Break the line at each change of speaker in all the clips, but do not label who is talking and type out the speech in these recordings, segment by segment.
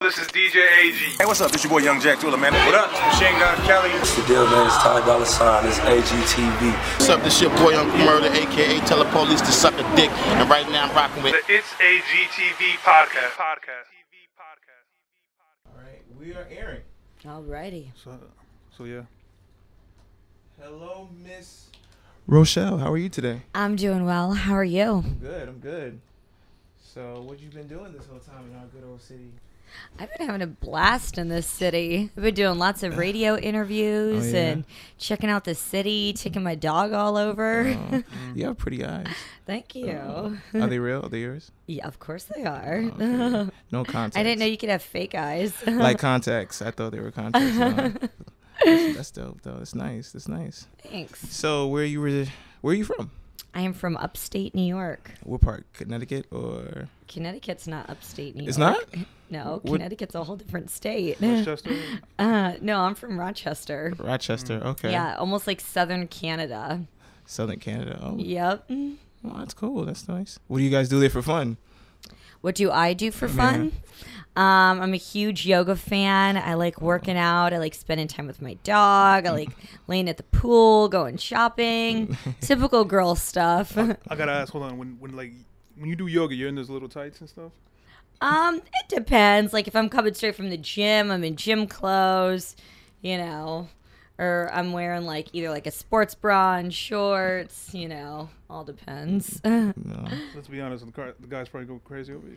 This is DJ AG.
Hey, what's up? This your boy Young Jack Tula, man. What up? It's Machine Gun Kelly.
The deal, man, it's Ty Dollar Sign, it's AGTV.
What's up, this your boy Uncle Murder, aka Tell the Police to Suck a Dick, and right now I'm rocking with
The It's AGTV podcast. Podcast. TV podcast.
All right, we are airing.
Alrighty.
So, so yeah. Hello, Miss Rochelle. How are you today?
I'm doing well. How are you?
Good. I'm good. So, what you been doing this whole time in our good old city?
I've been having a blast in this city. I've been doing lots of radio interviews
Oh, yeah?
and checking out the city, taking my dog all over.
You have Mm. pretty eyes.
Thank you.
Oh. Are they real? Are they yours?
yeah, of course they are.
Okay. No contacts.
I didn't know you could have fake eyes.
like uh, contacts. I thought they were contacts. No. that's, that's dope, though. That's nice. That's nice.
Thanks.
So, where you were? Where are you from?
I am from upstate New York.
What part? Connecticut or?
Connecticut's not upstate New York.
It's not.
No,
What-
Connecticut's a whole different state.
Chester.
Uh, no, I'm from Rochester.
Rochester. Okay.
Mm. Yeah, almost like southern Canada.
Southern Canada. Oh,
Yep.
well, that's cool. That's nice. What do you guys do there for fun?
What do I do for fun? Um, I'm a huge yoga fan. I like working out. I like spending time with my dog. I like laying at the pool, going shopping. Typical girl stuff.
I gotta ask. Hold on. When when like when you do yoga, you're in those little tights and stuff.
um, it depends. Like if I'm coming straight from the gym, I'm in gym clothes, you know, or I'm wearing like either like a sports bra and shorts, you know, all depends.
No.
Let's be honest. The, car, the guys probably go crazy over you.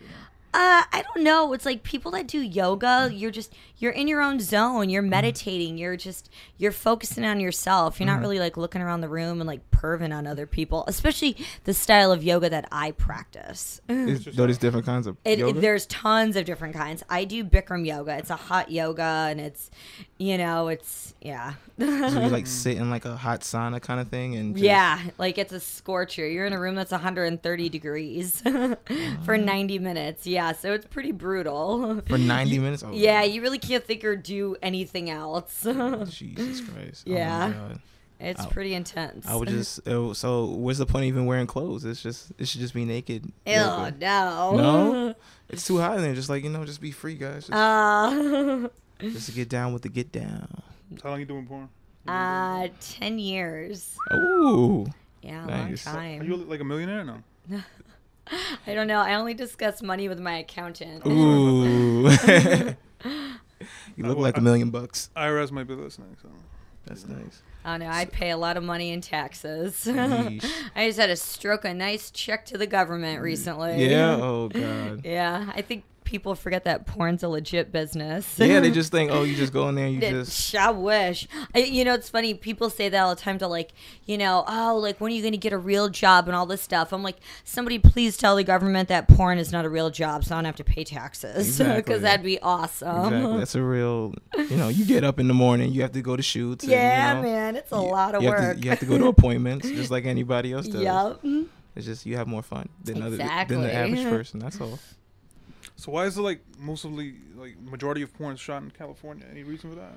Uh, I don't know. It's like people that do yoga, you're just you're in your own zone. You're meditating. You're just you're focusing on yourself. You're not really like looking around the room and like perving on other people, especially the style of yoga that I practice.
Is, though there's different kinds of
It,
yoga.
it, there's tons of different kinds. I do Bikram yoga. It's a hot yoga, and it's you know it's yeah
so you like sit in like a hot sauna kind of thing and just-
yeah like it's a scorcher. You're in a room that's 130 degrees for 90 minutes. Yeah, so it's pretty brutal.
for 90 minutes. Oh,
Yeah, you really can't think or do anything else.
Jesus Christ. Oh, my
Yeah.
God.
it's
Ow.
pretty intense.
I would just it was- so what's the point of even wearing clothes? It's just it should just be naked.
Ew,
yoga.
no.
No, it's too hot in there. Just like you know, just be free, guys. Just,
Um. Uh,
just to get down with the get down.
How long you doing porn?
uh, 10 years.
Ooh,
Yeah,
Nice.
long
Are
time.
you like a millionaire? No.
I don't know. I only discuss money with my accountant.
ooh. you look like a million bucks.
IRS might be listening. So.
That's nice.
Oh, no. I pay a lot of money in taxes. I
Yeesh. Mm.
just had to stroke a nice check to the government recently.
Yeah. Oh God.
Yeah. I think people forget that porn's a legit business.
Yeah, they just think, oh, you just go in there, and you
That-
just
sh- I wish. I, you know, it's funny. People say that all the time to like, you know, oh, like when are you going to get a real job and all this stuff. I'm like, somebody please tell the government that porn is not a real job, so I don't have to pay taxes because
Exactly.
that'd be awesome.
exactly. That's a real. You know, you get up in the morning, you have to go to shoots. and, you
Yeah,
know,
man, it's a
you-
lot of
you Have
work.
to, you have to go to appointments, just like anybody else does.
Yep.
It's just you have more fun than other than
Exactly.
the average person. That's all.
So why is it like mostly like majority of porn is shot in California? Any reason for that?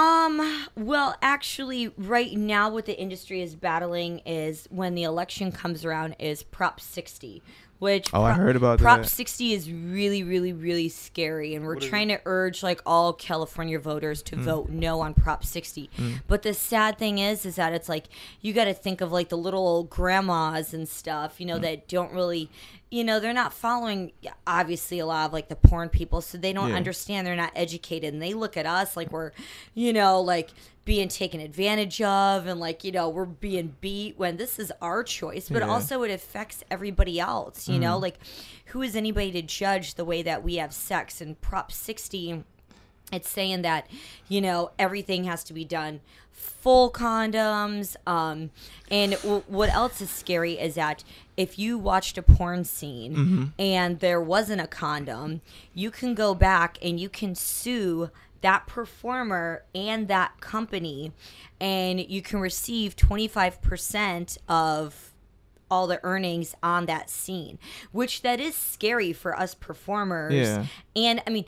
Um, well, actually, right now, what the industry is battling is when the election comes around is Prop 60, which
Oh, I
Pro-
heard about
Prop
that.
60 is really, really, really scary, and we're
What is
trying to urge like all California voters to vote no on Prop 60. But the sad thing is, is that it's like you got to think of like the little old grandmas and stuff, you know, that don't really, you know, they're not following obviously a lot of like the porn people, so they don't
Yeah.
understand understand they're not educated and they look at us like we're you know like being taken advantage of and like you know we're being beat when this is our choice but
Yeah.
also it affects everybody else you know like who is anybody to judge the way that we have sex and prop 60 it's saying that you know everything has to be done full condoms um and w- what else is scary is that if you watched a porn scene and there wasn't a condom you can go back and you can sue that performer and that company and you can receive 25% of all the earnings on that scene, which that is scary for us performers.
Yeah.
And I mean,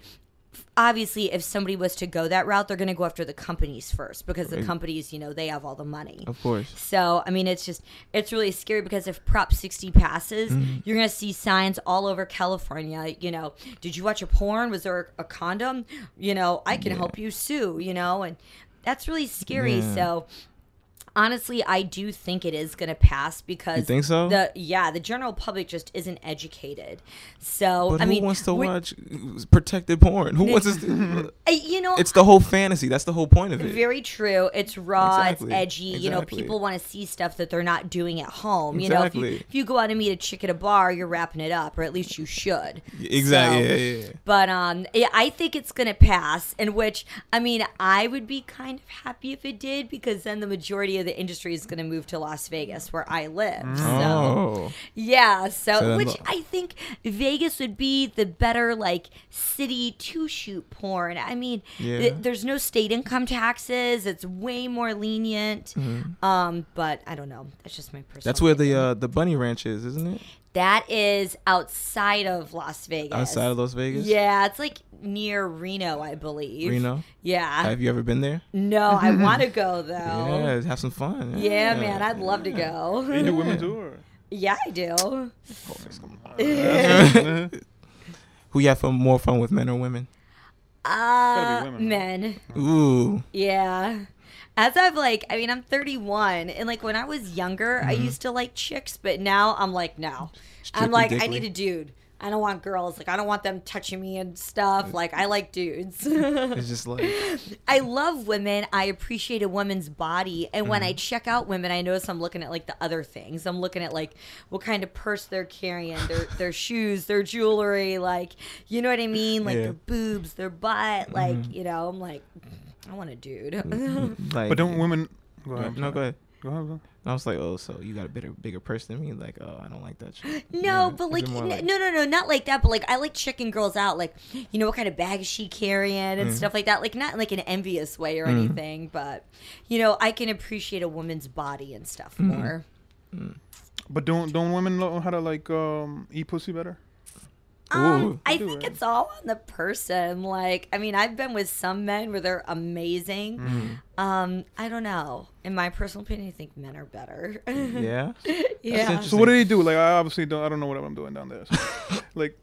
obviously if somebody was to go that route, they're going to go after the companies first because the companies, you know, they have all the money.
Of course.
So, I mean, it's just, it's really scary because if Prop 60 passes,
Mm-hmm.
you're going to see signs all over California. You know, did you watch a porn? Was there a condom? You know, I can help you sue, you know, and that's really scary.
Yeah.
So, honestly, I do think it is going to pass because.
You think so?
The, yeah, the general public just isn't educated. So,
But
I
who
mean,
wants to
we-
watch protected porn? Who wants to?
uh, You know,
it's the whole fantasy. That's the whole point of it.
Very true. It's raw.
Exactly.
It's edgy. You know,
Exactly.
people want to see stuff that they're not doing at home. You know, if you,
Exactly.
if you go out and meet a chick at a bar, you're wrapping it up, or at least you should.
exactly.
So-
yeah, yeah, yeah.
But um, yeah, I think it's gonna pass. In which, I mean, I would be kind of happy if it did because then the majority of the industry is gonna move to Las Vegas, where I live. So
Oh,
yeah, so,
So then
which
lo-
I think Vegas would be the better like city to shoot porn. I mean, th-
Yeah.
there's no state income taxes. It's way more lenient. Um, but I don't know. That's just my personal.
Mm-hmm. that's where the
opinion.
uh, the bunny ranch is, isn't it?
that is outside of Las Vegas.
Outside of Las Vegas.
Yeah, it's like near Reno, I believe.
Reno?
Yeah.
Have you ever been there?
no, I want to go though. Yeah.
Yeah, have some fun.
man, I'd love to go.
You do women too, or
yeah, I do.
Who you have fun, more fun with, men or women?
Uh,
be women,
men.
Ooh,
Yeah. As I've like, I mean, I'm 31, and like when I was younger,
Mm-hmm.
I used to like chicks, but now I'm like, no. I'm
Strictly
like, I
dickly.
need a dude. I don't want girls. Like, I don't want them touching me and stuff. Like, I like dudes.
it's just like
I love women. I appreciate a woman's body. And
Mm-hmm.
when I check out women, I notice I'm looking at like the other things. I'm looking at like what kind of purse they're carrying, their their shoes, their jewelry, like you know what I mean? Like
Yeah. Mm-hmm.
their boobs, their butt, like, you know, I'm like, "Mm, I want a dude.
like.
but don't women? Go ahead. I'm
No,
sorry.
go ahead.
Go ahead. Bro.
And I was like, oh, so you got a bigger, bigger purse than me? Like, oh, I don't like that shit.
No, but
is
like,
it more
n-
like-
no, no, no, not like that. But like, I like checking girls out. Like, you know, what kind of bag is she carrying and
Mm-hmm.
stuff like that. Like, not in, like an envious way or anything, but you know, I can appreciate a woman's body and stuff
Mm-hmm.
more.
But don't don't women know how to like um eat pussy better?
Um,
Ooh.
I think it's all on the person. Like, I mean, I've been with some men where they're amazing.
Mm-hmm.
Um, I don't know. In my personal opinion, I think men are better.
Yeah.
yeah.
So what do they do? Like I obviously don't. I don't know what I'm doing down there. so, like,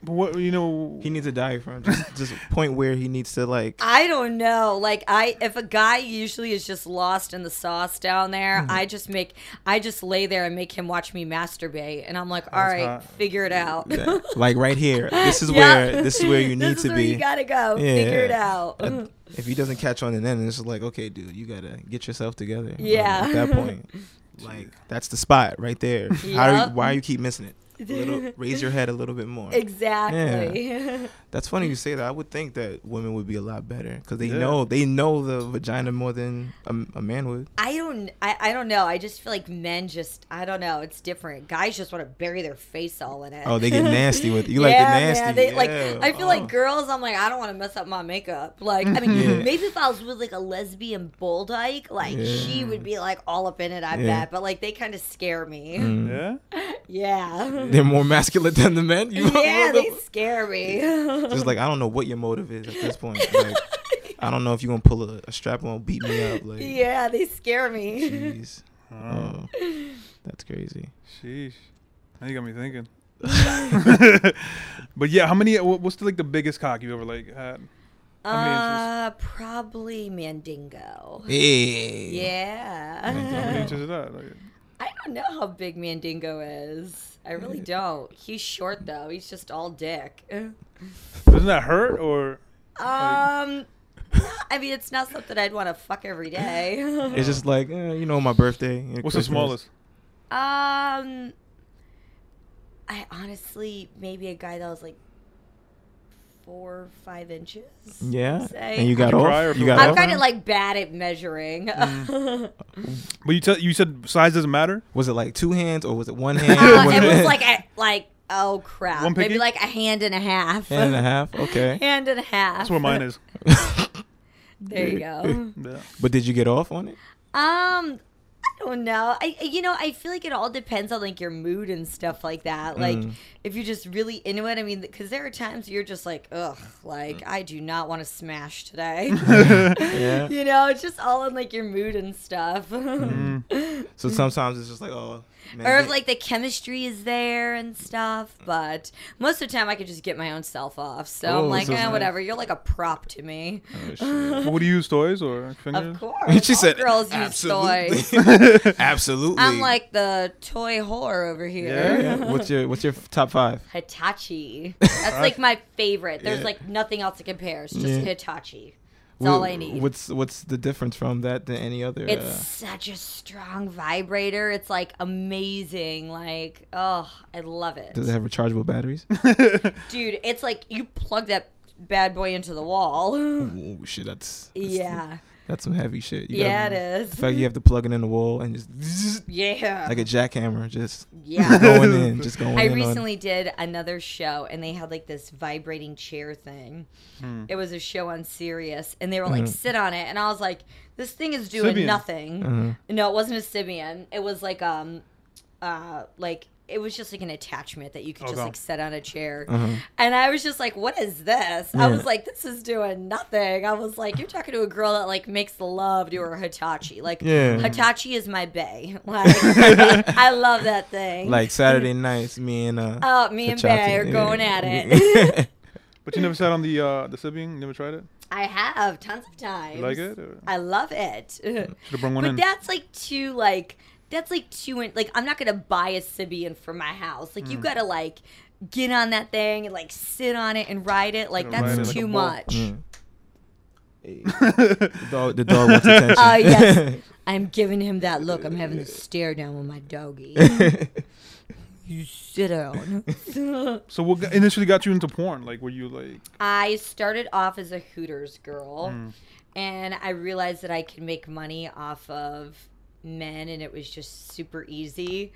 but what you know?
He needs a diaphragm. Just, just point where he needs to like.
I don't know. Like I if a guy usually is just lost in the sauce down there,
Mm-hmm.
I just make I just lay there and make him watch me masturbate and I'm like, all right,
hot.
figure it out.
that. Like right here. This is
Yeah.
where. This is where you need
this
to
is where
be.
You gotta go.
Yeah.
Figure it out.
Uh, if he doesn't catch on, and then it's like, okay, dude, you gotta get yourself together. Like,
Yeah.
at that point, like that's the spot right there. How do
Yup.
you, why you keep missing it? A little, raise your head a little bit more.
exactly.
That's funny you say that. I would think that women would be a lot better because they
Yeah.
know they know the vagina more than a, a man would.
I don't I, I don't know. I just feel like men just I don't know, it's different. Guys just want to bury their face all in it.
Oh, they get nasty with you. Like
yeah,
the nasty.
Man, they, like
Yeah.
I feel
Oh.
like girls. I'm like I don't want to mess up my makeup. Like I mean,
Yeah.
maybe if I was with like a lesbian bull dyke, like she would be like all up in it.
Yeah.
I
Mm.
bet. But like they kind of scare me.
Yeah.
Yeah.
they're more masculine than the men. You
Yeah, they scare me.
just like I don't know what your motive is at this point. Like I don't know if you're gonna pull a, a strap on, beat me up. Like
yeah, they scare me.
Jeez. Oh, that's crazy.
Sheesh. Now you got me thinking. but yeah, how many? wha- What's the, like the biggest cock you ever like had?
Uh, probably Mandingo.
Yeah.
Yeah.
How
Uh.
many inches is that? Like,
I don't know how big Mandingo is. I really don't. He's short though. He's just all dick.
doesn't that hurt or?
Um, I mean, it's not something I'd want to fuck every day. um,
It's just like eh, you know my birthday. and
What's the
Christmas.
smallest?
I Um, honestly maybe a guy that was like four or five inches.
Yeah.
Say.
And you got
you cry or
off. You
feel
got
bad?
I'm
off.
kind of like bad at
Mm.
measuring. Uh,
But you tell you said size doesn't matter.
was it like two hands or was it one hand?
Uh,
Was
it was like a, like oh crap,
One
maybe
pinky?
like a hand and a half.
hand and a half. Okay.
Hand and a half.
That's where mine is.
There you go.
Yeah.
But did you get off on it?
Um, I don't know. I I- you know I feel like it all depends on like your mood and stuff like
Mm.
that. Like if you're just really into it, I mean, because there are times you're just like, ugh, like
Mm.
I do not want to smash today.
Yeah. Mm.
you know, it's just all on like your mood and stuff.
So sometimes it's just like, oh, man.
Mm. or if
they-
like the chemistry is there and stuff. But most of the time, I could just get my own self off. So
Oh,
I'm like,
so it's
eh,
nice.
whatever. You're like a prop to me.
Oh, shit.
What do you use, toys or fingers?
Of course,
she
all
said,
girls use
absolutely.
toys.
absolutely.
I'm like the toy whore over here.
Yeah, what's your what's your f- top five?
Hitachi. That's like my favorite. There's
Yeah.
like nothing else that compares. Just
Yeah.
Hitachi. That's
Wha-
all I need.
What's what's the difference from that than any other?
It's
uh,
such a strong vibrator. It's like amazing. Like, oh, I love it.
does it have rechargeable batteries?
Dude, it's like you plug that bad boy into the wall.
oh shit, that's, that's
yeah.
that's some heavy shit. You
Yeah,
gotta-
it
The
is.
fact you have to plug it in the wall and just
Yeah.
like a jackhammer, just
yeah.
going in, just going
I
in. on-
recently did another show and they had like this vibrating chair thing.
Hmm.
It was a show on Sirius and they were like, sit on it. And I was like, this thing is doing
Sibian.
nothing.
Uh-huh.
No, it wasn't a Sibian. It was like, um, uh, like, it was just like an attachment that you could just
Okay.
like set on a chair. And I was just like, what is this? I
Uh-huh. Yeah.
was like, this is doing nothing. I was like, you're talking to a girl that like makes love to her Hitachi. Like,
Yeah.
Hitachi is my bae. Like, I love that thing.
like Saturday nights, me and uh,
Oh, me and
Hitachi,
Bay are
yeah.
going at it.
But you never sat on the uh, the Sibian? You never tried it?
I have tons of times.
You like it? Or
I love it.
should have brought one
but
in.
that's like too like that's like too in, like I'm not gonna buy a Sibian for my house. Like
Mm.
you gotta like get on that thing and like sit on it and ride it. Like
Gotta ride
that's
it like a Mm.
too
bull.
much.
Mm. the dog, the dog wants attention.
Oh yes, I'm giving him that look. I'm having to stare down with my doggy. you sit down.
so what got- initially got you into porn? Like, were you like,
I started off as a Hooters girl, and I realized that I could make money off of men, and it was just super easy.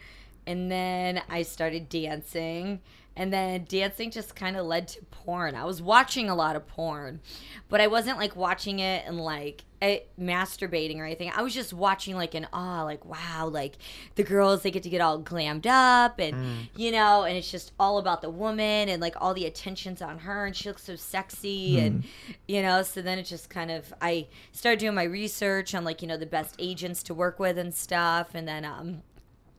And then I started dancing, and then dancing just kind of led to porn. I was watching a lot of porn, but I wasn't like watching it and like eh, masturbating or anything. I was just watching like in awe, like wow, like the girls they get to get all glammed up and you know, and it's just all about the woman and like all the attentions on her and she looks so sexy and you know, so then it just kind of I started doing my research on like, you know, the best agents to work with and stuff and then um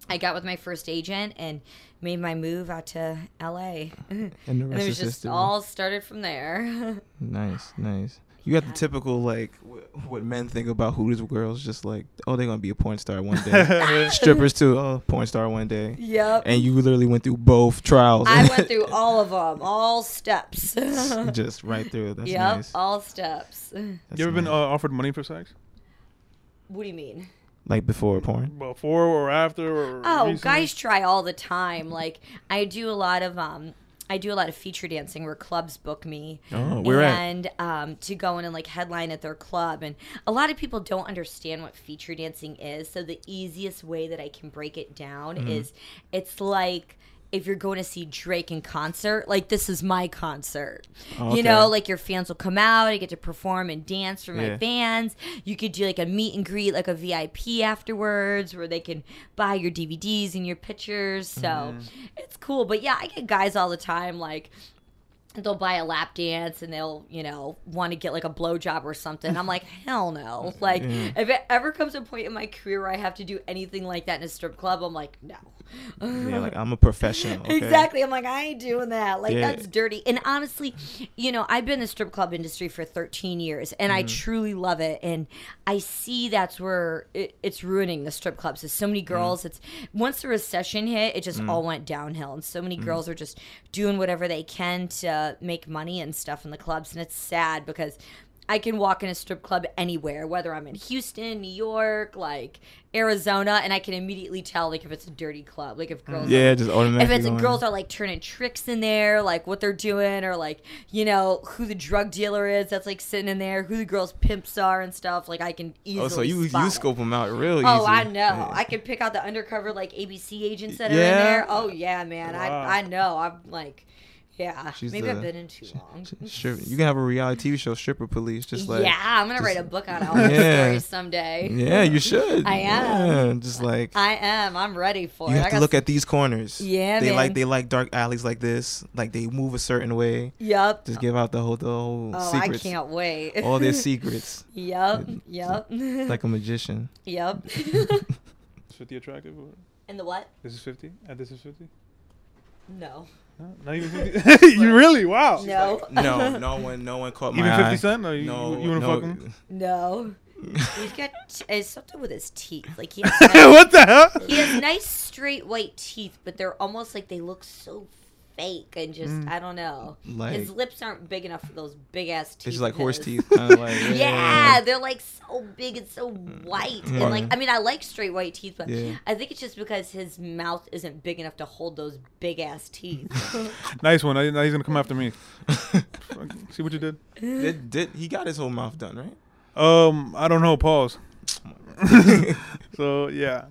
I got with my first agent and made my move out to LA. and
and the
it
rest
was
is
just
history.
all started from there.
nice, nice. You got the typical like wh- what men think about Hooters girls, just like oh they're gonna be a porn star one day, strippers too, oh porn star one day.
yep.
And you literally went through both trials.
I went through all of them, all steps. yep,
just right through. That's nice.
all steps.
That's
you ever been
nice.
uh, offered money for sex?
What do you mean?
like before porn?
Before or after? Or
Oh,
recently?
guys try all the time. Like I do a lot of um I do a lot of feature dancing where clubs book me.
Oh, where at?
and um to go in and like headline at their club and a lot of people don't understand what feature dancing is. So the easiest way that I can break it down is it's like if you're going to see Drake in concert, like this is my concert.
okay.
You know, like your fans will come out, I get to perform and dance for
Yeah.
my fans. You could do like a meet and greet, like a VIP afterwards, where they can buy your DVDs and your pictures. So it's cool. But yeah, I get guys all the time like they'll buy a lap dance and they'll you know want to get like a blowjob or something. I'm like hell no. Like if it ever comes a point in my career where I have to do anything like that in a strip club, I'm like no.
Yeah, like I'm a professional. okay?
Exactly. I'm like, I ain't doing that. Like,
Yeah.
that's dirty. And honestly, you know, I've been in the strip club industry for 13 years and
Mm-hmm.
I truly love it. And I see that's where it, it's ruining the strip clubs. Is so many
Mm-hmm.
girls, it's once the recession hit, it just
Mm.
all went downhill. And so many girls are just doing whatever they can to make money and stuff in the clubs. And it's sad because. I can walk in a strip club anywhere, whether I'm in Houston, New York, like Arizona, and I can immediately tell like if it's a dirty club, like if girls are
Yeah, just automatically.
if it's
going.
girls are like turning tricks in there, like what they're doing, or like you know who the drug dealer is that's like sitting in there, who the girls' pimps are and stuff. Like I can easily.
Oh, so you
spot
you
it.
scope them out real easy.
Oh, I know.
Yeah.
I can pick out the undercover like ABC agents that are
Yeah.
in there. Oh yeah, man.
Wow.
I I know. I'm like, Yeah.
She's
Maybe
the-
I've been in too long.
Stri- You can have a reality TV show, stripper police, just like
yeah, I'm gonna write a
just-
book on all these
Yeah.
stories someday.
Yeah, you should.
I am.
Yeah, just like
I am. I'm ready for
you
it.
have
I
to
got
look at these corners.
Yeah,
they like
man.
they like dark alleys like this. Like they move a certain way.
Yep.
Just give out the whole the whole
Oh, I
secrets.
can't wait.
All their secrets,
Yep. Yep.
like a magician.
yep.
Is 50 attractive? Or
and the what?
is this 50? At this is 50?
No.
No, not even 50. you really? Wow.
No.
No, no one, no one caught my
Even
eye.
50 Cent? No, you-
no,
you wanna
no.
fuck him?
No. He's got t- it's something with his teeth. Like he has, nice,
what the hell?
he has nice straight white teeth, but they're almost like they look so fake and just I don't know.
Like-
his lips aren't big enough for those big ass teeth.
It's just like
of
horse
his.
teeth, kind of like
Yeah, they're like so big and so white, and like I mean, I like straight white teeth, but
Yeah.
I think it's just because his mouth isn't big enough to hold those big ass teeth.
Nice one. Now now he's going to come after me. Fucking- See what you did?
Did, did he got his whole mouth done right?
Um, I don't know. Pause. so, yeah.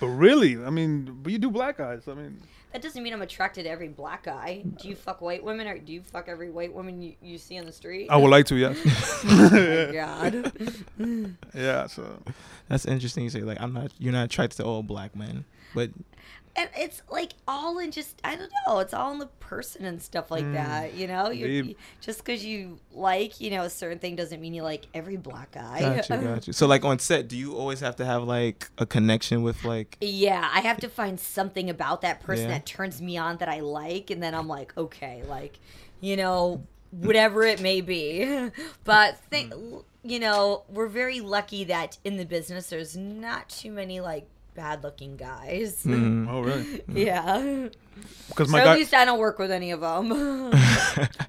But really, I mean, but you do black eyes. I mean,
that doesn't mean I'm attracted to every black guy. Do you fuck white women, or do you fuck every white woman you, you see on the street?
I would like to, yeah.
my God.
yeah, so.
That's interesting. You say like I'm not. You're not attracted to all black men, but
and it's like all in just I don't know. It's all in the person and stuff like that. You know, you,
Indeed.
just because you like you know a certain thing doesn't mean you like every black guy.
got you, got you. So like on set, do you always have to have like a connection with like?
Yeah, I have to find something about that person
Yeah.
that turns me on that I like, and then I'm like, okay, like, you know, whatever it may be. but th-
Mm.
you know, we're very lucky that in the business there's not too many like bad looking guys.
Mm-hmm.
Oh, really?
Yeah,
Because
so
my,
at
guy,
least I don't work with any of them.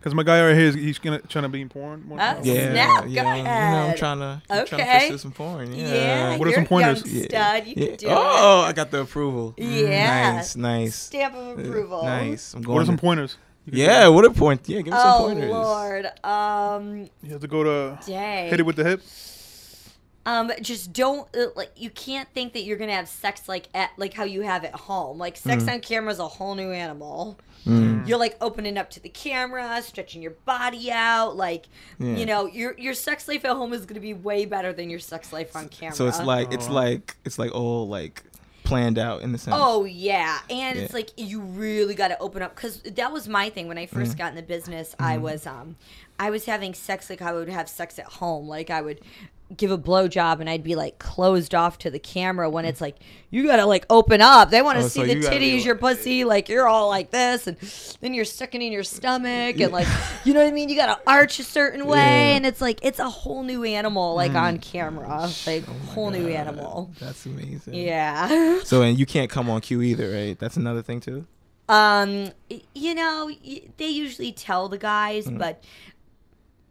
cause my guy right here, is, he's gonna, trying to be in porn. more than
Oh,
anything.
Yeah,
Snap, go
you know, you know, I'm
ahead.
trying to, I'm trying to
Okay.
fish through some porn. Yeah.
yeah,
What are
you're
some
a young
pointers?
stud.
Yeah.
You
Yeah.
can do
oh,
it.
I got the approval.
Yeah.
Nice, nice.
Stamp of
Uh,
approval.
Nice. I'm going
What are some
to-
pointers? You can
Yeah, what a point. Yeah, give me some
Oh
pointers.
Lord. Um.
You have to go to
Dang.
hit it with the hip.
Um, just don't uh, like you can't think that you're gonna have sex like at like how you have at home. Like sex
Mm.
on camera is a whole new animal. You're like opening up to the camera, stretching your body out. Like
Yeah.
you know your your sex life at home is gonna be way better than your sex life on camera.
So it's like it's like it's like all like planned out in the sense.
Oh yeah, and it's
Yeah.
like you really got to open up because that was my thing when I 1st
Mm-hmm.
got in the business. I was um, I was having sex like I would have sex at home. Like I would give a blowjob and I'd be like closed off to the camera when it's like you got to like open up. They want to
Oh,
see
so
the
you gotta be,
titties,
like-
your pussy. Like you're all like this, and then you're sticking in your stomach and like you know what I mean. You got to arch a certain way,
Yeah. Mm.
and it's like it's a whole new animal like on camera, like
Oh
whole new animal.
That's amazing.
Oh, Yeah.
So and you can't come on cue either, right? That's another thing too.
Um, y- you know, y- they usually tell the guys, but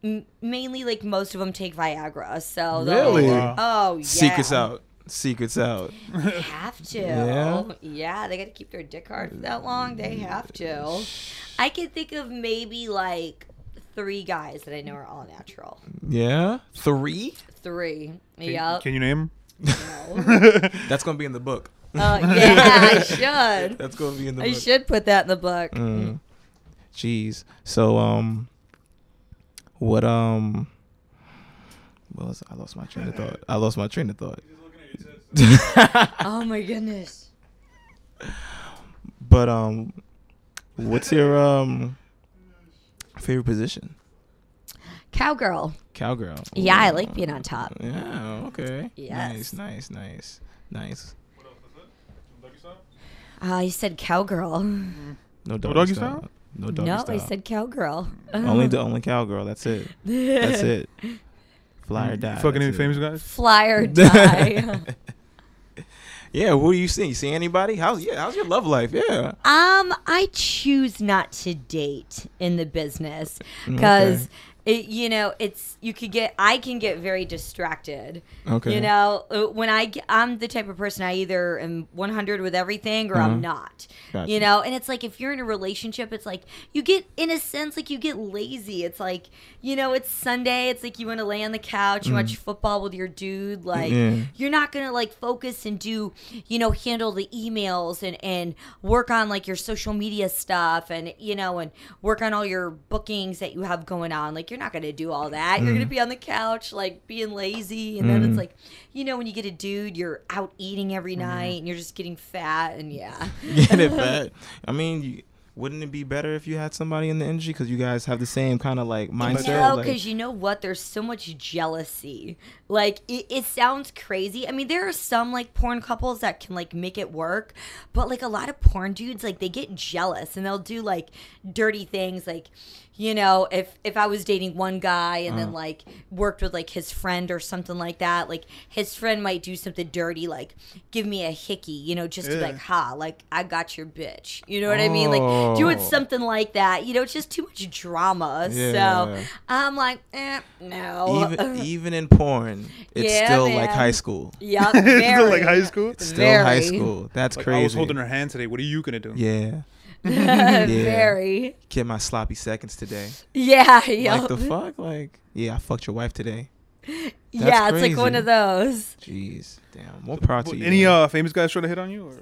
m- mainly like most of them take Viagra. So they'll-
Really?
Wow.
Oh yeah.
Secrets out. Secrets out.
They have to.
Yeah?
Yeah. they got to keep their dick hard for that long. They have to. I can think of maybe like three guys that I know are all natural.
Yeah. Three.
Three. Yep.
Can you name
no.
That's gonna be in the book.
Uh, yeah, I should.
That's gonna be in the
I
book.
should put that in the book.
Jeez. So um, what um, what was I lost my train of thought. I lost my train of thought.
Oh my goodness.
But um, what's your um favorite position?
Cowgirl.
Cowgirl.
Yeah, I like being on top.
Mm. Yeah. Okay.
Yes.
Nice. Nice. Nice. Nice.
him?
Uh, you said cowgirl.
No doggy,
doggy
style.
style?
No doggy
no, uh-huh.
style. Mm.
I said cowgirl.
only the only cowgirl. That's it. That's it. Fly or die.
Fucking any
that's it.
famous guys?
Fly or die.
Yeah. Who do you see? You see anybody? How's yeah? How's your love life? Yeah. Mm,
um, I choose not to date in the business because it, you know, it's you could get. I can get very distracted.
Okay.
You know, uh, when I g- I'm the type of person I either am 100 with everything or I'm not.
Uh-huh. Gotcha.
You know, and it's like if you're in a relationship, it's like you get in a sense like you get lazy. It's like you know, it's Sunday. It's like you want to lay on the couch, and
Mm.
watch football with your dude. Like
Yeah.
you're not gonna like focus and do you know handle the emails and and work on like your social media stuff and you know and work on all your bookings that you have going on like you're not gonna do all that you're gonna be on the couch like being lazy and then it's like you know when you get a dude you're out eating every night and you're just getting fat and yeah
Get it back. I mean, you, wouldn't it be better if you had somebody in the industry because you guys have the same kind of like mindset?
No,
like-
because you know what? There's so much jealousy. Like it, it sounds crazy. I mean, there are some like porn couples that can like make it work, but like a lot of porn dudes, like they get jealous and they'll do like dirty things. Like, you know, if if I was dating one guy and
Mm.
then like worked with like his friend or something like that, like his friend might do something dirty, like give me a hickey, you know, just to be
Yeah.
like ha, like I got your bitch. You know what I mean? Like doing
Oh.
something like that. You know, it's just too much drama.
Yeah.
So I'm like, eh, no.
even e-, even in porn, it's
uh, Yeah,
still like
man.
high school.
yeah,
It's
very.
still like high school.
It's still high
Very.
school. That's
Like
crazy.
I was holding her hand today. What are you gonna do?
Yeah,
Very.
get my sloppy seconds today.
Yeah. Yeah.
Like the fuck? Like yeah, I fucked your wife today. That's
yeah, it's like one
crazy.
of those.
Jeez, damn. More proud
Well,
to you.
any
man.
uh, famous guys try to hit on you? Or?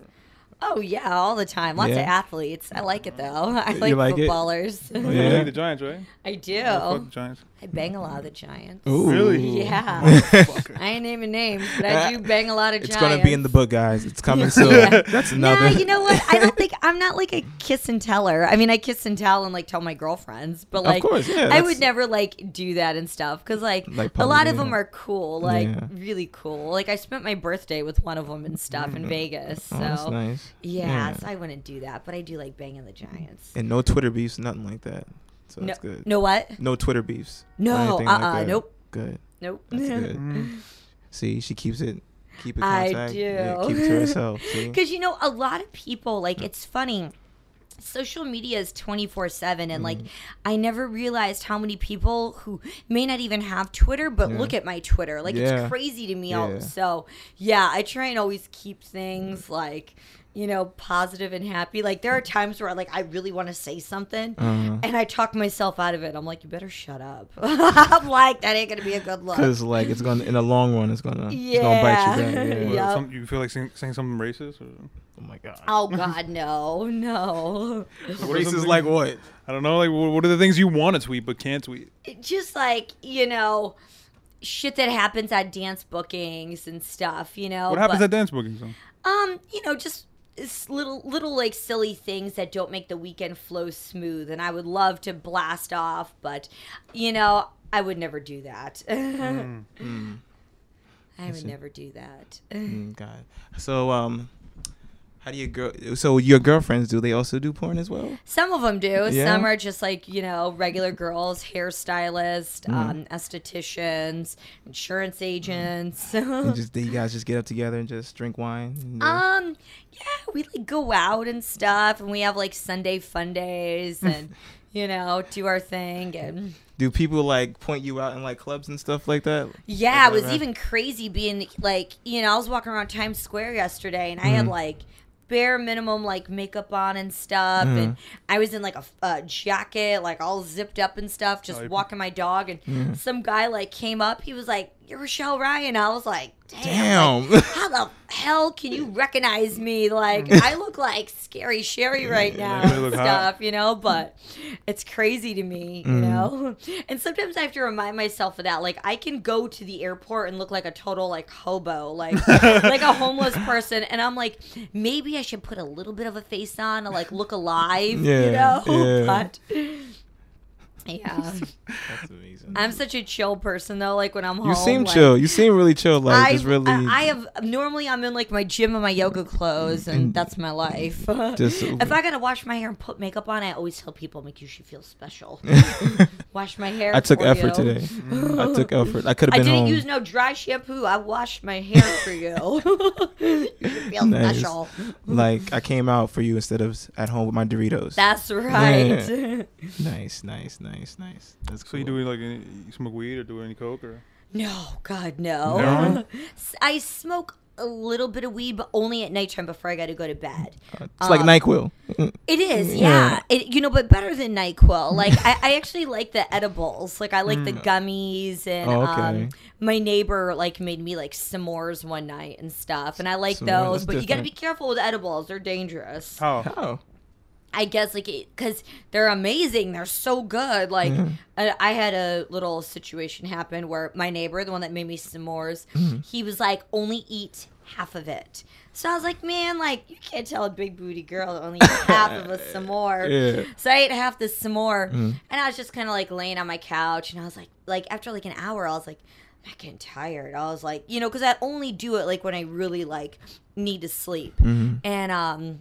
Oh yeah, all the time. Lots
Yeah.
of athletes. I like it though. I
You
like,
like it?
footballers.
Oh,
Yeah.
yeah. like the Giants, right?
I
Fuck the
do.
Giants.
I bang a lot of the Giants.
Ooh.
Really?
Yeah.
Fucker.
I ain't naming names, but I do bang a lot of
It's
Giants.
gonna be in the book, guys. It's coming soon.
Yeah.
That's
No,
another.
you know what? I don't think I'm not like a kiss and teller. I mean, I kiss and tell and like tell my girlfriends, but like,
course, yeah,
I
that's-
would never like do that and stuff because like,
Like
a lot
publicly,
of them
yeah.
are cool, like
Yeah.
really cool. Like I spent my birthday with one of them and stuff in Vegas, so
Oh, that's nice.
yeah,
Yeah.
so I wouldn't do that, but I do like banging the Giants.
And no Twitter beefs, nothing like that. So
No,
that's good.
no, what?
No Twitter beefs. or
No,
anything
uh-uh,
that.
nope.
Good.
Nope.
That's good. See, she keeps it. Keep it
I
contact. yeah,
do.
keep it to herself. See?
Because you know, a lot of people like it's funny. Social media is 24 7, and
Mm.
like I never realized how many people who may not even have Twitter but look at my Twitter. Like
Yeah.
it's crazy to me.
Yeah.
All, so, yeah, I try and always keep things like, you know, positive and happy. Like there are times where like I really want to say something
Uh-huh.
and I talk myself out of it. I'm like, you better shut up. I'm like, that ain't going to be a good look.
Because like it's gonna in the long run, it's gonna it's gonna
Yeah.
bite you back. Yeah.
What,
Yep.
some- you feel like saying, saying something racist? Or?
Oh my god.
Oh, God, no, no.
What are some
Racist
things-
like what?
I don't know. Like, wh- what are the things you want to tweet but can't tweet?
just like you know shit that happens at dance bookings and stuff you know
What happens
but,
at dance bookings? though?
um you know just s- little little like silly things that don't make the weekend flow smooth and i would love to blast off but you know i would never do that
Mm.
i would never do that
Mm, God. So um, how do you girl? So your girlfriends do they also do porn as well?
Some of them do.
Yeah.
Some are just like you know regular girls, hairstylists,
Mm.
um, estheticians, insurance agents.
You
Mm.
just do you guys just get up together and just drink wine. and, uh,
Um, yeah, we like go out and stuff, and we have like Sunday fun days, and you know, do our thing. And
do people like point you out in like clubs and stuff like that?
yeah, it was
Whatever.
even crazy being like, you know, I was walking around Times Square yesterday, and I had like bare minimum like makeup on and stuff, and I was in like a, f- a jacket, like all zipped up and stuff, just
Oh, you-
walking my dog, and some guy like came up, he was like, "You're Rochelle Ryan," I was like, "Damn." like,
Damn.
how the hell can you recognize me? Like I look like scary Sherry right now
they
and
look hot.
stuff, you know, but it's crazy to me,
Mm.
you know? And sometimes I have to remind myself of that. Like I can go to the airport and look like a total like hobo, like like a homeless person and I'm like, maybe I should put a little bit of a face on to like look alive,
Yeah,
you know?
yeah.
But yeah.
That's amazing.
I'm such a chill person though. Like when I'm home,
You seem
Oh, like,
chill. You seem really chill. Like
I,
just really.
I, I have normally I'm in like my gym and my yoga clothes, and that's my life.
Mm. Just-
if I gotta wash my hair and put makeup on, I always tell people make you should feel special. wash my hair.
I took
for
effort
you.
today. I took effort. I could
Mm-hmm. I
have been
didn't
home.
use no dry shampoo. I washed my hair for you. you should feel
Nice.
special.
like I came out for you instead of s- at home with my Doritos.
That's right.
nice, nice, nice, nice. That's
So you do like any, you smoke weed or do any coke or?
No, God, no.
No?
S- I smoke a little bit of weed, but only at nighttime before I got to go to bed.
It's like Nyquil. Mm-hmm.
It is, Uh, yeah.
Yeah.
It, you know, but better than Nyquil. Like I, I actually like the edibles. Like I like the gummies, and
Mm. Oh, okay.
um, my neighbor like made me like s'mores one night and stuff, and I like
S'mores,
those.
that's
But you got to
different.
be careful with edibles; they're dangerous.
How?
Oh,
I guess like because they're amazing. They're so good. Like I, I had a little situation happen where my neighbor, the one that made me s'mores, he was like, only eat half of it. So I was like, man, like you can't tell a big booty girl to only eat half of a s'more.
Yeah.
So I ate half the s'more, and I was just kind of like laying on my couch, and I was like, like after like an hour, I was like. I'm not getting tired. I was like, you know, because I only do it like when I really like need to sleep. And um,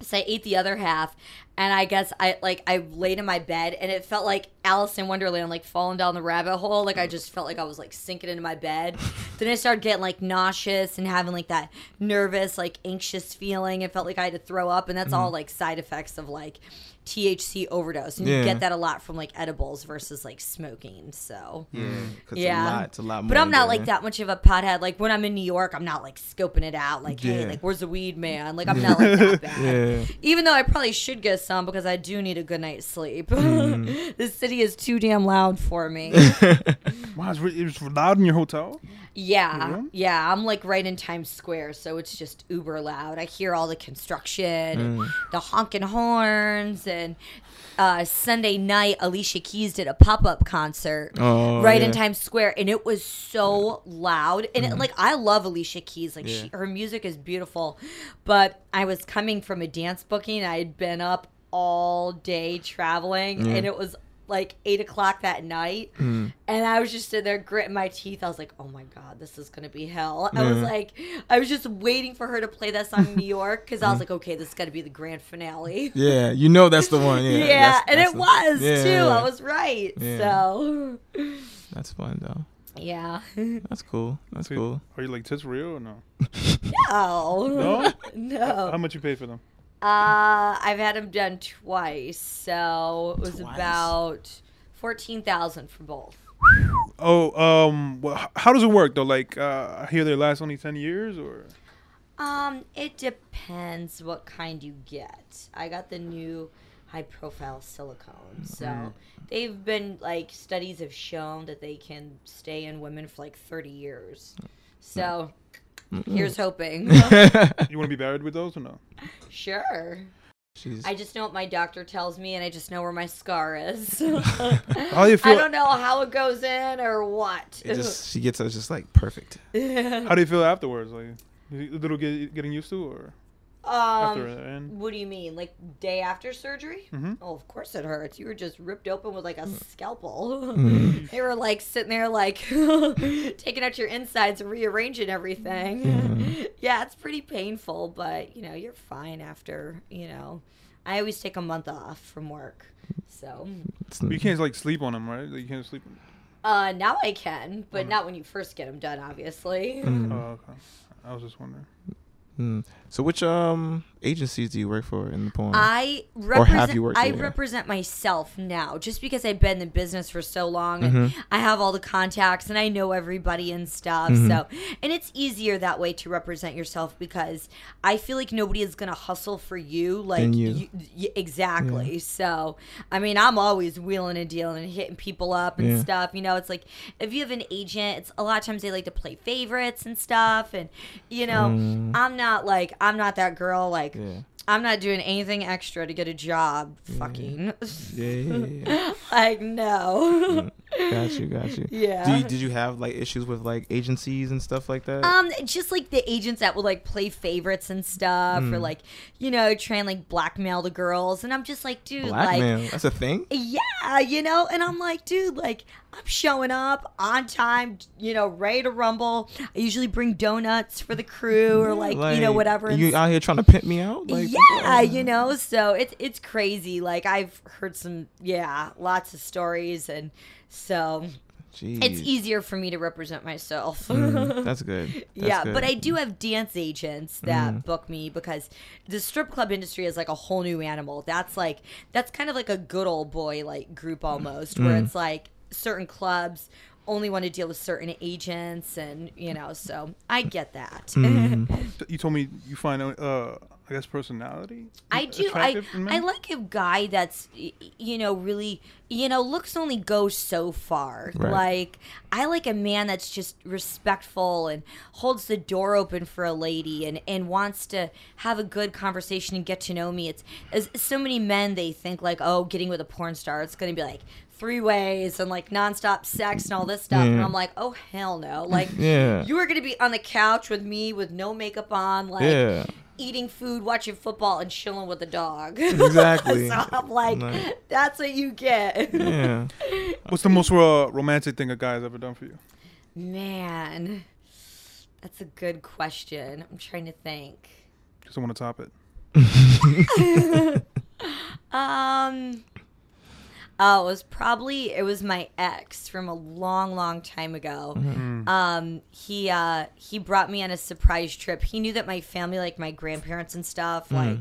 so I ate the other half, and I guess I like I laid in my bed, and it felt like Alice in Wonderland, like falling down the rabbit hole. Like I just felt like I was like sinking into my bed. then I started getting like nauseous and having like that nervous, like anxious feeling. It felt like I had to throw up, and that's
Mm-hmm.
all like side effects of like THC overdose. And you
Yeah.
get that a lot from like edibles versus like smoking. So
yeah. It's a lot. It's a lot more.
Mm, but I'm not
than-
like that much of a pothead. Like when I'm in New York, I'm not like scoping it out. Like, hey,
Yeah.
like where's the weed, man? Like I'm not like that bad.
Yeah.
Even though I probably should get some because I do need a good night's sleep. this city is too damn loud for me.
Wow, it's, re- it's loud in your hotel.
yeah, yeah. I'm like right in Times Square, so it's just uber loud. I hear all the construction, and
Mm.
the honking horns, and uh, Sunday night, Alicia Keys did a pop up concert
Oh,
right in
yeah. Mm.
Times Square, and it was so loud. And it, like, I love Alicia Keys; like, she, her music is beautiful. But I was coming from a dance booking. I had been up all day traveling, and it was like eight o'clock that night,
Mm.
and I was just sitting there gritting my teeth. I was like, "Oh my god, this is gonna be hell." I was like, I was just waiting for her to play that song in New York because I was like, "Okay, this is gonna be the grand finale."
Yeah, you know that's the one. Yeah,
Yeah,
that's-
and
that's
it
the-
was
Yeah,
too. I
yeah.
was right.
Yeah.
So,
That's fun though.
yeah.
That's cool. That's
So you-
cool.
Are you like tits real or no?
Oh
No. How
no.
much you pay for them?
Uh, I've had them done twice, so it was
Twice.
about fourteen thousand for both.
Oh, um, well, h- how does it work though? Like, uh, I hear they last only ten years or.
Um, it depends what kind you get. I got the new high profile
Mm-hmm.
silicone. So they've been like studies have shown that they can stay in women for like 30 years. So here's hoping.
You want to be buried with those or no?
sure.
She's
I just know what my doctor tells me and I just know where my scar is.
How do you
I
feel?
don't know how it goes in or what.
it just she gets us just like perfect.
How do you feel afterwards? Like, you- a little get, getting used to or after
um,
and
what do you mean? Like day after surgery?
Mhm.
Oh, of course it hurts. You were just ripped open with like a scalpel. they were like sitting there, like taking out your insides and rearranging everything. yeah, it's pretty painful, but you know, you're fine after, you know. I always take a month off from work. So
It's-
you can't like sleep on them, right? Like, you can't sleep.
uh, now I can, but not when you first get them done, obviously.
Oh, okay. I was just wondering.
Mm. So which um agencies do you work for in the porn?
I
Or
represent.
have you worked
I
there?
represent myself now, just because I've been in the business for so long,
Mm-hmm.
and I have all the contacts, and I know everybody and stuff.
Mm-hmm.
So, and it's easier that way to represent yourself because I feel like nobody is gonna hustle for you, like
Than you.
y- exactly. So, I mean, I'm always wheeling and dealing and hitting people up and
Yeah.
stuff. You know, it's like if you have an agent, it's a lot of times they like to play favorites and stuff, and you know, I'm not like I'm not that girl like.
Mm. yeah.
I'm not doing anything extra to get a job. Fucking
Yeah, yeah, yeah, yeah.
like no.
Got you, got you.
Yeah.
Do you, did you have like issues with like agencies and stuff like that?
Um, just like the agents that would like play favorites and stuff,
Mm.
or like you know try and like blackmail the girls, and I'm just like, dude,
Blackmail.
like.
That's a thing.
Yeah, you know, and I'm like, dude, like I'm showing up on time, you know, ready to rumble. I usually bring donuts for the crew or like, you know whatever. and
You out here trying to pimp me out? Like,
yeah, you know, so it's it's crazy. Like I've heard some, yeah, lots of stories, and so
Jeez.
it's easier for me to represent myself.
Mm, that's good. That's
yeah,
good. Mm-hmm.
but I do have dance agents that book me because the strip club industry is like a whole new animal. That's like that's kind of like a good old boy like group almost, where
Mm.
it's like certain clubs only want to deal with certain agents, and you know, so I get that.
Mm.
You told me you find uh I guess personality.
I do. I
attractive in
I
men?
like a guy that's y- you know really you know looks only go so far.
Right.
Like I like a man that's just respectful and holds the door open for a lady and and wants to have a good conversation and get to know me. It's as so many men they think like oh getting with a porn star it's gonna be like three ways and like nonstop sex and all this stuff and
Yeah.
I'm like oh hell no like
Yeah.
you are gonna be on the couch with me with no makeup on like
Yeah.
eating food, watching football, and chilling with the dog.
Exactly.
so I'm like,
Nice.
that's what you get.
Yeah.
What's the most uh, romantic thing a guy has ever done for you?
Man, that's a good question. I'm trying to think.
Just don't want to top it.
Um. Oh, it was probably it was my ex from a long, long time ago. Um, he uh, he brought me on a surprise trip. He knew that my family, like my grandparents and stuff, like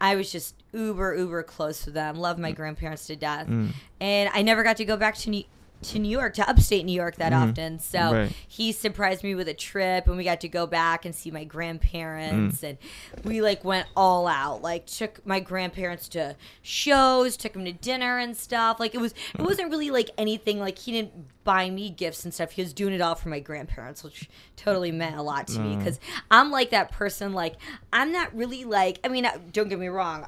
I was just uber uber close to them. Love my grandparents to death, and I never got to go back to New to New York to upstate New York that often. So
Right.
he surprised me with a trip, and we got to go back and see my grandparents, and we like went all out. Like took my grandparents to shows, took them to dinner and stuff. Like it was it wasn't really like anything. Like he didn't buy me gifts and stuff. He was doing it all for my grandparents, which totally meant a lot to me me because I'm like that person. Like I'm not really like. I mean, uh, don't get me wrong.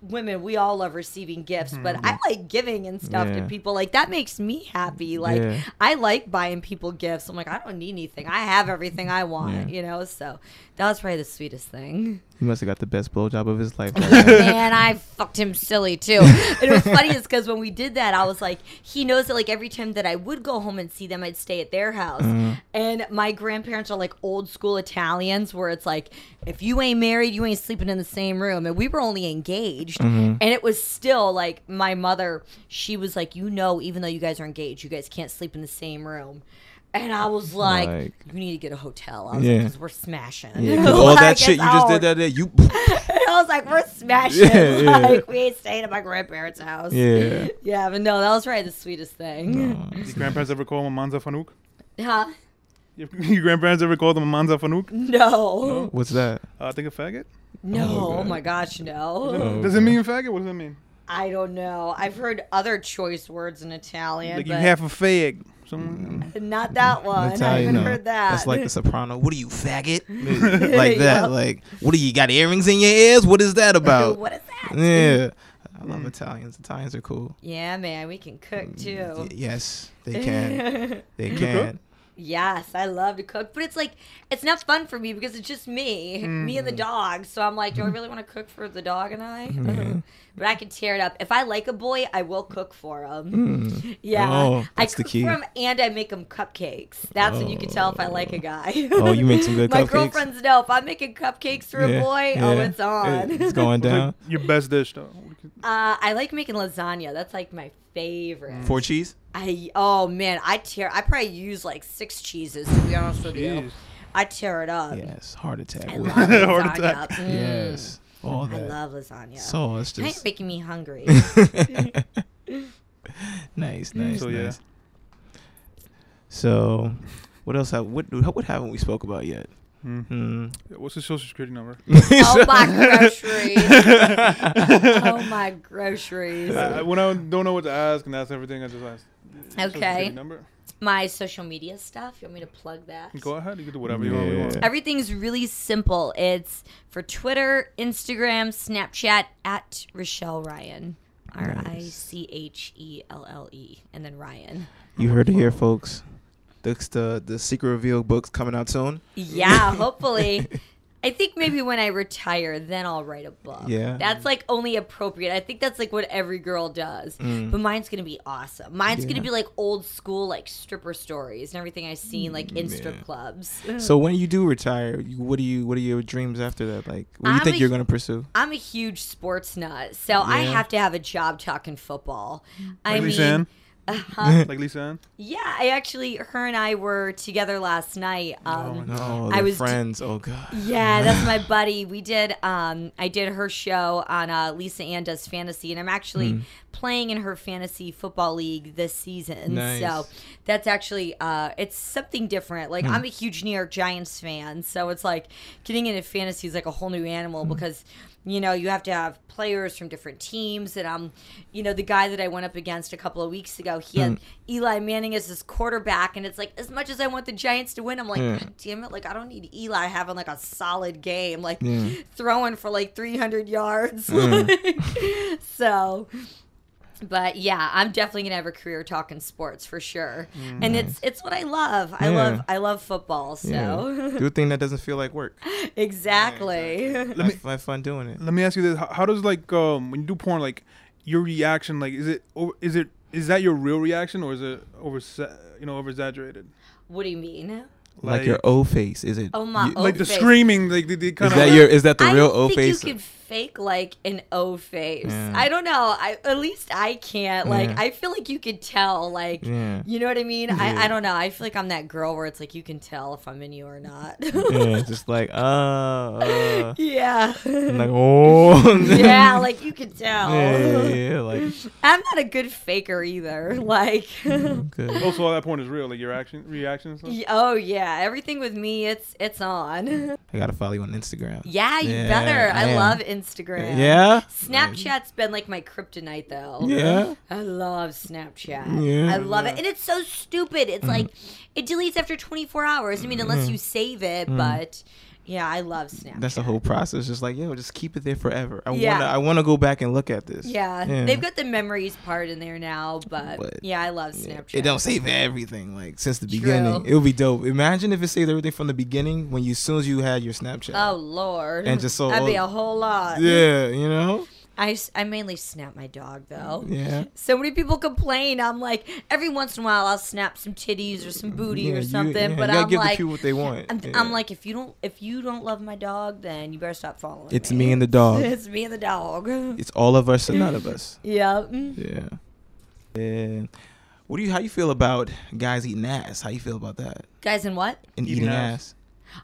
Women, we all love receiving gifts, but I like giving and stuff to
Yeah.
people. Like that makes me happy. Like
Yeah.
I like buying people gifts. I'm like, I don't need anything. I have everything I want,
Yeah.
you know? So that was probably the sweetest thing.
He must have got the best blowjob of his life. that guy.
Man, I fucked him silly too. And it was funny is because when we did that, I was like, he knows that like every time that I would go home and see them, I'd stay at their house.
Mm-hmm.
And my grandparents are like old school Italians where it's like, if you ain't married, you ain't sleeping in the same room. And we were only engaged.
Mm-hmm.
And it was still like my mother, she was like, you know, even though you guys are engaged, you guys can't sleep in the same room. And I was like,
Like-
you need to get a hotel. I was
Yeah.
like, because we're smashing.
Yeah, 'cause all
Like,
that shit
it's
you just
out.
did that day, you.
I was like, we're smashing.
Yeah, yeah.
Like, we ain't staying at my grandparents' house.
Yeah. Uh,
Yeah, but no, that was probably the sweetest thing.
Your grandparents ever call him a Manza Fanouk?
Huh?
Your, your grandparents ever called him a Manza Fanouk?
No.
What's that?
Uh, I think a faggot.
No.
Oh,
Oh,
God.
my gosh, no.
Oh,
Does it mean faggot? What does it mean?
I don't know. I've heard other choice words in Italian,
Like you
but
half a fag. Someone,
not that one.
That's
I
how you
haven't
know.
heard that.
uh, That's like the soprano. What are you faggot? like that.
Yeah.
Like, what do you got earrings in your ears? What is that about?
what is that?
Yeah. Mm. I love Italians. Italians are cool.
Yeah, man, we can cook
Y-
too.
yes, they can. they can.
Yes, I love to cook, but it's like it's not fun for me because it's just me, me
Mm-hmm.
and the dog. So I'm like, do I really want to cook for the dog and I?
Mm-hmm.
but I can tear it up. If I like a boy, I will cook for him. Yeah,
Mm. Oh,
I
that's
cook
the key.
for him, and I make him cupcakes. That's when you can tell if I like a guy.
Oh, you make some good
My
cupcakes?
girlfriends know if I'm making cupcakes for a
Yeah,
boy, oh,
yeah.
it's on.
It- It's going
What's,
down.
like, your best dish though.
uh, I like making lasagna. That's like my favorite.
Four cheese?
I oh man, I tear. I probably use like six cheeses to be honest with you.
Jeez.
I tear it up.
Yes. Heart attack.
I
with
love
it.
Heart
lasagna.
attack.
Mm,
yes. All
I
that.
love lasagna.
so it's
Kinda
just
making me hungry.
nice, nice,
So, yeah.
nice. So, what else? Have, what what haven't we spoke about yet? Hmm.
What's his social security number?
oh my groceries. oh my groceries.
I, I- when I don't know what to ask and that's everything, I just ask. social security
Okay.
Number.
My social media stuff. You want me to plug that?
Go ahead. You can do whatever you want. we want.
Yeah.
Everything's really simple. It's for Twitter, Instagram, Snapchat at Rochelle Ryan. R I C H E L L E, and then Ryan.
You heard it here, folks. The, the the secret reveal book's coming out soon.
Yeah, hopefully. I think maybe when I retire, then I'll write a book.
Yeah.
That's like only appropriate. I think that's like what every girl does. But mine's going to be awesome. Mine's going
Mm. Yeah.
to be like old school, like stripper stories and everything I've seen, like
Mm,
in strip clubs.
So when you do retire, you- what do you what are your dreams after that? Like what do you
I'm
think
a-
you're gonna pursue?
I'm a huge sports nut, so I
Yeah.
have to have a job talking football. I
Like
mean,
Lisa Ann?
uh-huh.
Like Lisa Ann?
yeah, I actually, her and I were together last night. Um,
Oh,
I
I
was d-
friends. oh god.
Yeah, that's my buddy. We did. Um, I did her show on uh, Lisa Ann does fantasy, and I'm actually playing in her fantasy football league this season.
Nice.
So that's actually uh, it's something different. Like I'm a huge New York Giants fan, so it's like getting into fantasy is like a whole new animal because you know you have to have players from different teams, and um, you know the guy that I went up against a couple of weeks ago, he had Eli Manning as his quarterback, and it's like as much as I want the Giants to win, I'm like, God damn it, like I don't need Eli having like a solid game, like throwing for like 300 yards, Like, so. But yeah, I'm definitely gonna have a career talking sports for sure, and it's it's what I love. I
Mm-hmm. Yeah.
love I love football. So
Yeah. do a thing that doesn't feel like work.
exactly.
Let me, have, have fun doing it.
Let me ask you this: How, how does like um when you do porn, like your reaction, like is it over, is it is that your real reaction or is it over you know over exaggerated?
what do you mean?
Like, your O face, is it?
Oh my!
you-
O
like the
face.
screaming, like the, the kind
Is
of
that your? Is that the
I
real
don't
O
think
face?
You could fake like an O face.
Yeah.
I don't know. I at least I can't. Like
Yeah.
I feel like you could tell. Like
Yeah.
you know what I mean?
Yeah.
I, I don't know. I feel like I'm that girl where it's like you can tell if I'm in you or not.
Yeah, just like uh, uh
yeah.
and like oh.
yeah, like oh. you could tell.
Yeah, yeah, yeah, like
I'm not a good faker either. Like,
Mm-hmm. good.
also at Oh, that point is real, like your action reaction. And stuff?
y- oh yeah, everything with me, it's it's on.
I gotta follow you on Instagram.
Yeah, you
Yeah,
better. I
yeah.
love Instagram.
Yeah.
Snapchat's been like my kryptonite though.
Yeah.
I love Snapchat.
Yeah. Mm.
I love it. And it's so stupid. It's like it deletes after 24 hours. I mean, unless you save it, but yeah, I love Snapchat.
Mm. That's the whole process. Just like yo, just keep it there forever. I
Yeah.
wanna, I wanna go back and look at this.
yeah, they've got the memories part in there now, but,
But-
yeah, I love Snapchat.
It don't save everything like since the
True.
beginning. It would be dope. Imagine if it saved everything from the beginning when you, as soon as you had your Snapchat.
Oh lord,
And just so-
that'd be a whole lot.
Yeah, you know.
I, s- I mainly snap my dog though.
Yeah.
So many people complain. I'm like, every once in a while, I'll snap some titties or some booty
Yeah,
or
you-
something.
yeah,
but
you gotta
I'm
give
like,
the people what they want.
I'm,
Yeah.
I'm like, if you don't, if you don't love my dog, then you better stop following.
it's me and the dog.
it's me and the dog.
It's all of us and none of us.
yeah.
Yeah. And what do you? How you feel about guys eating ass? How you feel about that?
Guys, and what?
And
Eating
eating,
ass.
ass.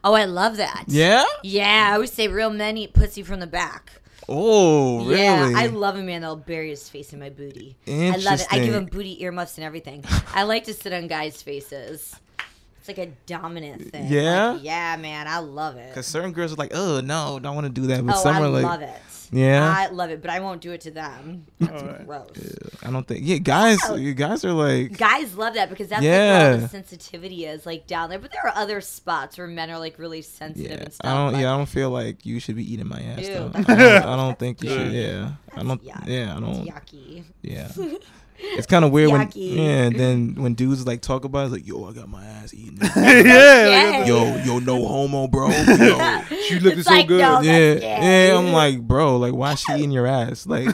Oh, I love that.
Yeah.
Yeah, I always say real men eat pussy from the back.
Oh, really?
Yeah, I love a man that'll bury his face in my booty. I love it. I
Interesting.
give him booty earmuffs and everything. I like to sit on guys' faces. It's like a dominant thing.
Yeah?
Like, yeah, man, I love
Cause
it.
certain girls are like, oh no, don't want to do that. But
Oh,
some
I
are like,
love it.
Yeah?
I love it, but I won't do it to them. That's
Alright.
gross.
I don't think. Yeah, guys, you guys are like,
Guys love that because that's like where all
Yeah.
the sensitivity is, like down there. But there are other spots where men are like really sensitive
yeah.
and stuff.
I don't.
but-
Yeah, I don't feel like you should be eating my ass.
Ew.
Though. I, don't, I don't think you should.
Yeah.
Yeah, I don't.
yuck.
Yeah, I don't.
Yucky.
Yeah. It's kind of weird when,
Yucky.
yeah. And then when dudes like talk about it, like, yo, I got my ass eaten.
Yeah.
yo, yo, no homo, bro. Yo.
She looked
It's
so
like,
good.
no.
Yeah,
that's
yeah. I'm like, bro, like, why she eating your ass? Like,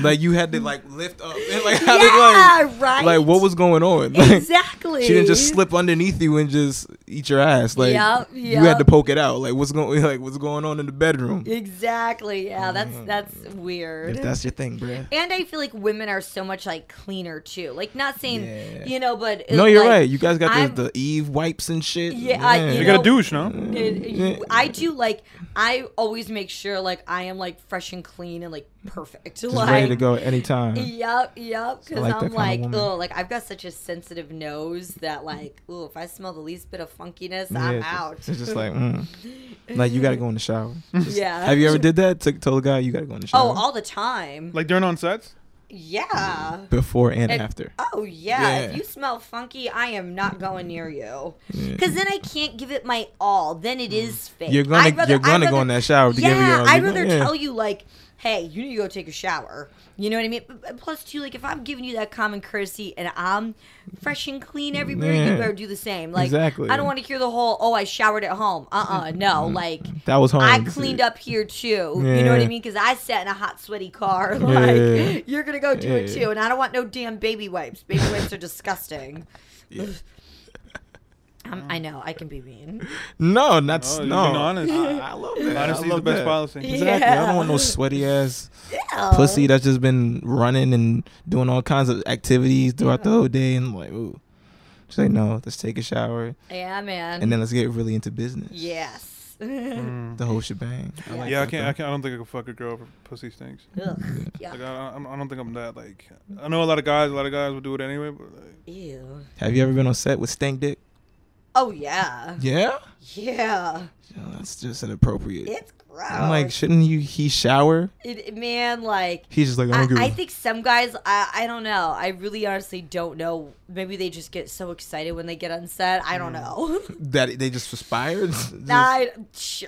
like you had to like lift up, and, like, how
yeah,
did,
right.
like, like, what was going on? Like,
exactly?
She didn't just slip underneath you and just eat your ass. Like,
Yup,
you had to
yup.
poke it out. Like, what's going? Like, what's going on in the bedroom?
Exactly. Yeah, that's that's weird.
Mm-hmm. If that's your thing, bro.
and I feel like women are so much like cleaner too. Like not saying
Yeah.
you know, but
No, you're
like,
right. You guys got
I'm-
the, the Eve wipes and shit.
Yeah, I-
You
you
got a
know-
douche, no?
it- you- I do like I always make sure like I am like fresh and clean and like perfect.
just
like,
ready to go at any time.
Yep, yep. Because
like that
I'm
kinda
like,
woman.
oh, like I've got such a sensitive nose that like, oh, if I smell the least bit of funkiness,
Yeah,
I'm
it's just-
out.
It's just like, mm. like you gotta go in the shower. Just-
Yeah.
Have you ever did that? Took told a guy you gotta go in the
oh,
shower.
all the time.
Like during on sets?
yeah.
before and
And-
after.
Oh yeah.
Yeah.
if you smell funky, I am not going near you. Because then I can't give it my all. Then it is fake.
You're gonna
I'd rather-
Mm. you're
I'd
gonna go
rather-
in that shower to
yeah,
give it your.
I'd
you
rather
yeah.
tell you like, hey, you need to go take a shower. You know what I mean? But- but Plus, too, like if I'm giving you that common courtesy and I'm fresh and clean everywhere,
Yeah.
you better do the same. Like,
Exactly. Mm-hmm.
I don't want to hear the whole, oh, I showered at home. Uh uh no. Like,
That was home.
I cleaned up here too. You know what
Yeah.
I mean? Because I sat in a hot, sweaty car. Like,
Yeah.
you're going to go do it
Yeah.
too. And I don't want no damn baby wipes. Baby wipes are disgusting. Um, I know. I can be mean.
No, not no.
Oh, you've been honest.
I, I love that.
Honesty
I
is the
love
best
that.
policy.
Exactly. I
Yeah.
don't want no sweaty ass
Oh.
pussy that's just been running and doing all kinds of activities throughout the whole day and like, ooh. Just like, no, let's take a shower
Yeah, man.
and then let's get really into business.
yes.
The whole shebang. I like
Yeah, I
that,
can't,
though.
I can't. I don't think I can fuck a girl for pussy stinks.
Ugh,
Like
yuck.
I, I, I don't think I'm that. Like I know a lot of guys. A lot of guys would do it anyway. But like,
Ew.
Have you ever been on set with stank dick?
Oh, yeah.
Yeah.
Yeah.
No, that's just inappropriate.
It's gross.
I'm like, shouldn't you? He shower?
It- it- man, like,
He's just like, I
I,
don't give a
I think some guys, I, I don't know. I really honestly don't know. Maybe they just get so excited when they get on set. I don't know.
that they Mm. just perspired. Just-
I,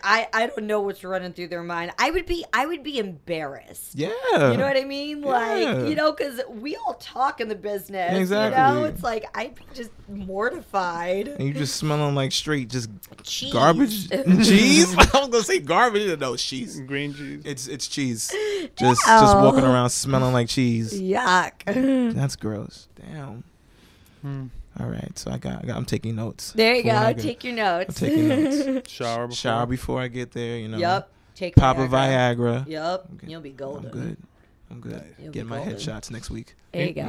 I, I don't know what's running through their mind. I would be I would be embarrassed.
yeah.
You know what I mean? Like,
Yeah.
you know, because we all talk in the business.
Exactly.
You know, it's like I'd be just mortified.
And you just smelling like straight, just
Cheese.
garbage cheese. I was gonna say garbage. No, cheese.
green cheese.
It's it's cheese. Just just
Oh.
walking around smelling like cheese.
Yuck.
That's gross. Damn.
Hmm.
All right, so I got, I got I'm taking notes.
There you
For when I
go.
get-
Take your
I'm
notes.
taking notes.
Shower. Before.
Shower before I get there. You know.
Yep. Take
Pop a
Viagra.
Viagra.
Yep.
Okay.
You'll be
I'm
golden.
good. I'm good.
You'll be
Get my
golden.
headshots next week.
There you go.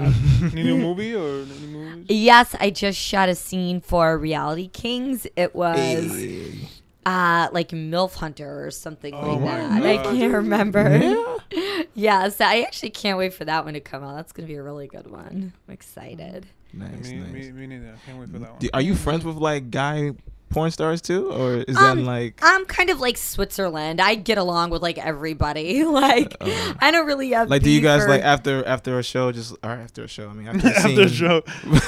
Any new movie or any movies?
Yes, I just shot a scene for Reality Kings. It was
Hey.
uh like MILF Hunter or something
Oh
like
my
that. I
God.
can't remember. yes, I actually can't wait for that one to come out. That's gonna be a really good one. I'm excited.
Nice,
Me,
nice.
me, me neither. I can't wait for that one.
Do- Are you friends with like guy porn stars too, or is that
Um,
like
I'm kind of like Switzerland. I get along with like everybody. Like I don't really have
Uh-huh. like do you
beef
guys
or-
like after after a show just or after a show? I mean after a scene,
After the show,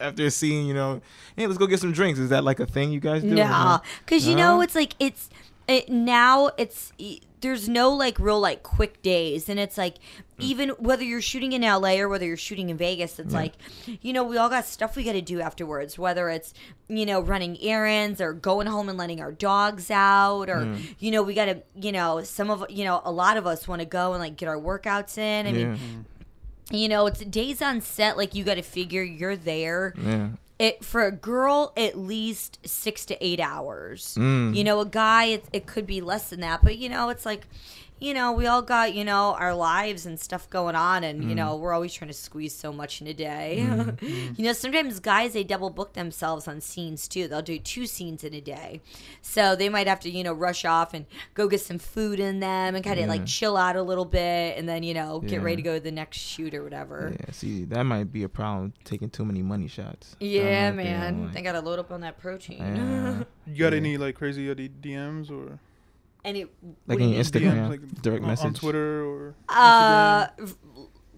after a scene, you know, hey, let's go get some drinks. Is that like a thing you guys do?
No, because you know
No?
it's like it's it, now it's e- there's no like real like quick days, and it's like even whether you're shooting in LA or whether you're shooting in Vegas, it's like you know we all got stuff we got to do afterwards. Whether it's you know running errands or going home and letting our dogs out, or you know we got to you know some of you know a lot of us want to go and like get our workouts in. I
Yeah,
mean you know it's days on set like you got to figure you're there
yeah.
it for a girl at least six to eight hours
Mm.
you know a guy it, it could be less than that but you know it's like you know we all got you know our lives and stuff going on and
Mm.
you know we're always trying to squeeze so much in a day
Mm-hmm.
you know sometimes guys they double book themselves on scenes too they'll do two scenes in a day so they might have to you know rush off and go get some food in them and kind of like chill out a little bit and then you know get
Mm. Yeah.
ready to go to the next shoot or whatever
Yeah, see, that might be a problem taking too many money shots. That
yeah,
might be,
man.
like,
I gotta load up on that protein.
yeah.
you got any like crazy uh, OD DMs or
and it
like
what do
on
you mean?
Instagram,
DMs, like,
direct
on,
message,
on Twitter or
Uh, v-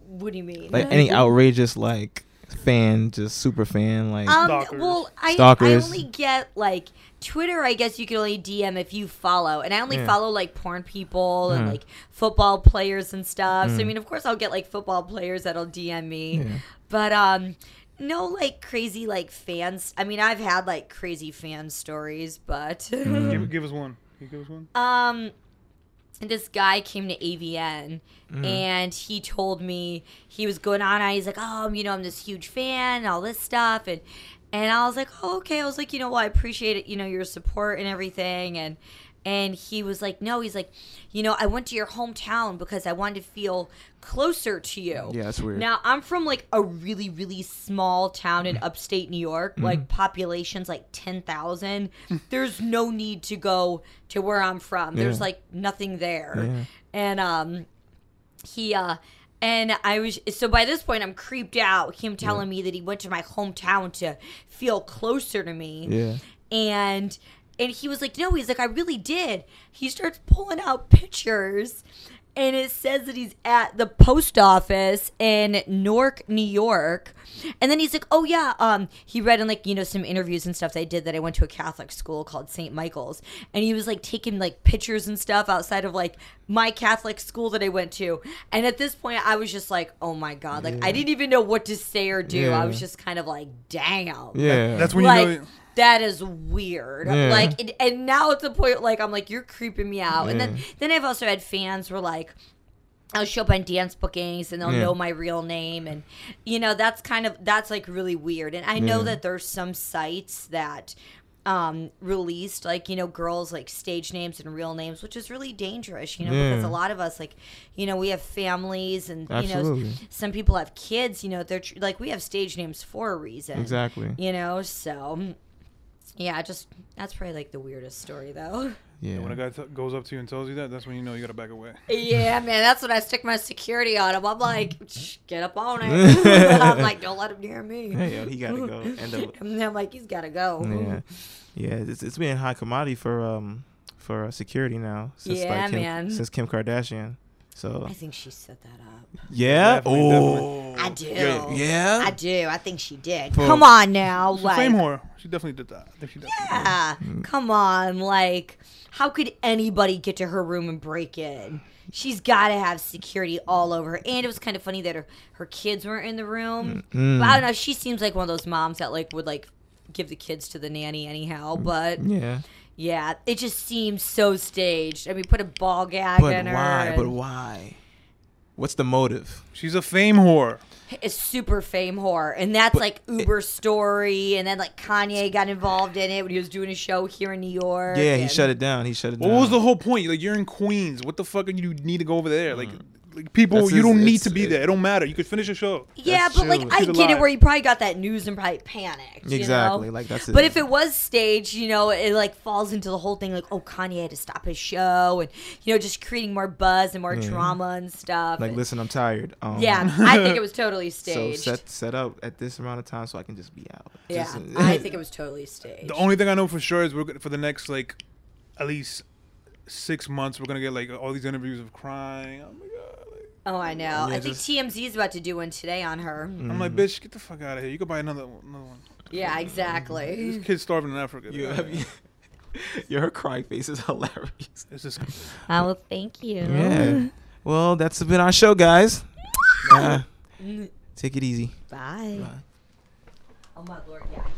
what do you mean?
like any outrageous like fan, just super fan, like
um,
Stalkers.
well, I
Stalkers.
I only get like Twitter. I guess you can only DM if you follow, and I only
Yeah.
follow like porn people and
Mhm.
like football players and stuff. So I mean, of course, I'll get like football players that'll DM me,
Hmm. Yeah.
but um. No, like crazy, like fans. I mean, I've had like crazy fan stories, but
Hmm.
give, give us one. Can you give us one.
um this guy came to AVN
Mm.
and he told me he was going on. and He's like, oh, you know, I'm this huge fan and all this stuff. And, and I was like, oh, okay. I was like, you know, well, I appreciate it, you know, your support and everything. And, and he was like, no, he's like, you know, I went to your hometown because I wanted to feel closer to you.
Yeah, that's weird.
Now, I'm from like a really, really small town in upstate New York,
Mm-hmm.
like population's like 10,000. There's no need to go to where I'm from. There's
Yeah.
like nothing there.
Yeah.
And um he uh and I was so by this point I'm creeped out him telling me that he went to my hometown to feel closer to me
yeah.
and and he was like no he's like i really did he starts pulling out pictures and it says that he's at the post office in Newark, New York. And then he's like, "Oh yeah, um he read in like, you know, some interviews and stuff that I did that I went to a Catholic school called St. Michael's." And he was like taking like pictures and stuff outside of like my Catholic school that I went to. And at this point, I was just like, "Oh my god." Like I didn't even know what to say or do. I
Yeah.
was just kind of like, "Damn."
Yeah.
That's when
like
you know.
that is weird.
Yeah.
Like, it, and now it's a point like I'm like you're creeping me out. And then
Yeah.
then I've also had fans who are like. I'll show up on dance bookings and they'll
Yeah.
know my real name and you know that's kind of that's like really weird and I know that there's some sites that um released like you know girls like stage names and real names which is really dangerous you know because
Yeah.
a lot of us like you know we have families and you know
Absolutely.
some people have kids you know they're tr- like we have stage names for a reason
Exactly.
you know so yeah just that's probably like the weirdest story though
Yeah.
When a guy t- goes up to you and tells you that, that's when you know you gotta back away.
yeah man that's when i stick my security on him i'm like "Shh, get up on it i'm like don't let him near me
Hey, yo, he gotta go. End up.
and then i'm like he's gotta go
Yeah, yeah. It's, it's been high commodity for um for uh, security now. Since,
Yeah,
like, Kim,
man.
Since Kim Kardashian. So
i think she set that up
yeah.
Definitely,
Oh.
i do
Yeah.
i do i think she did
For-
come on now
She's a fame
like
whore. She definitely did that. I think she definitely did.
yeah,
Mm.
come on like how could anybody get to her room and break in She's got to have security all over her. And it was kind of funny that her, her kids weren't in the room. But I don't know. She seems like one of those moms that like would like give the kids to the nanny anyhow. But
Mm. Yeah.
yeah, it just seems so staged. I mean, put a ball gag
But
in her.
why? But
and
why? What's the motive?
She's a fame whore.
It's super fame whore, and that's like Uber story. And then like Kanye got involved in it when he was doing a show here in New York.
Yeah, he
and-
shut it down. He shut it
What
down.
was the whole point? Like you're in Queens. What the fuck do you need to go over there? Like, like people,
That's
you
his-
don't need
Mm. it's-
to be there. It don't matter. You could finish a show.
Yeah,
That's
but like
true.
I
She's
get it
alive.
where he probably got that news and probably panicked. you know?
Exactly, like, that's it.
But if it was staged, you know, it like falls into the whole thing like, oh, Kanye had to stop his show, and you know, just creating more buzz and more drama and stuff.
Mm-hmm. Like,
and-
listen, I'm tired. Um,
yeah, I think it was totally
So
staged.
set set up at this amount of time so I can just be out.
yeah,
Just-
I think it was totally staged.
The only thing I know for sure is we're gonna, for the next like, at least six months, we're gonna get like all these interviews of crying. Oh my god. Like,
oh, I know. I think
just-
TMZ is about to do one today on her.
Mm.
I'm like, bitch, get the fuck out of here. You could buy another one- another one.
Yeah, exactly.
Kids starving in Africa.
You-
Yeah.
have you- Your her crying face is hilarious.
It's just
I will Oh, thank you.
Yeah. Well, that's been our show, guys. Uh, take it easy.
Bye.
Bye.
Oh my lord, yeah.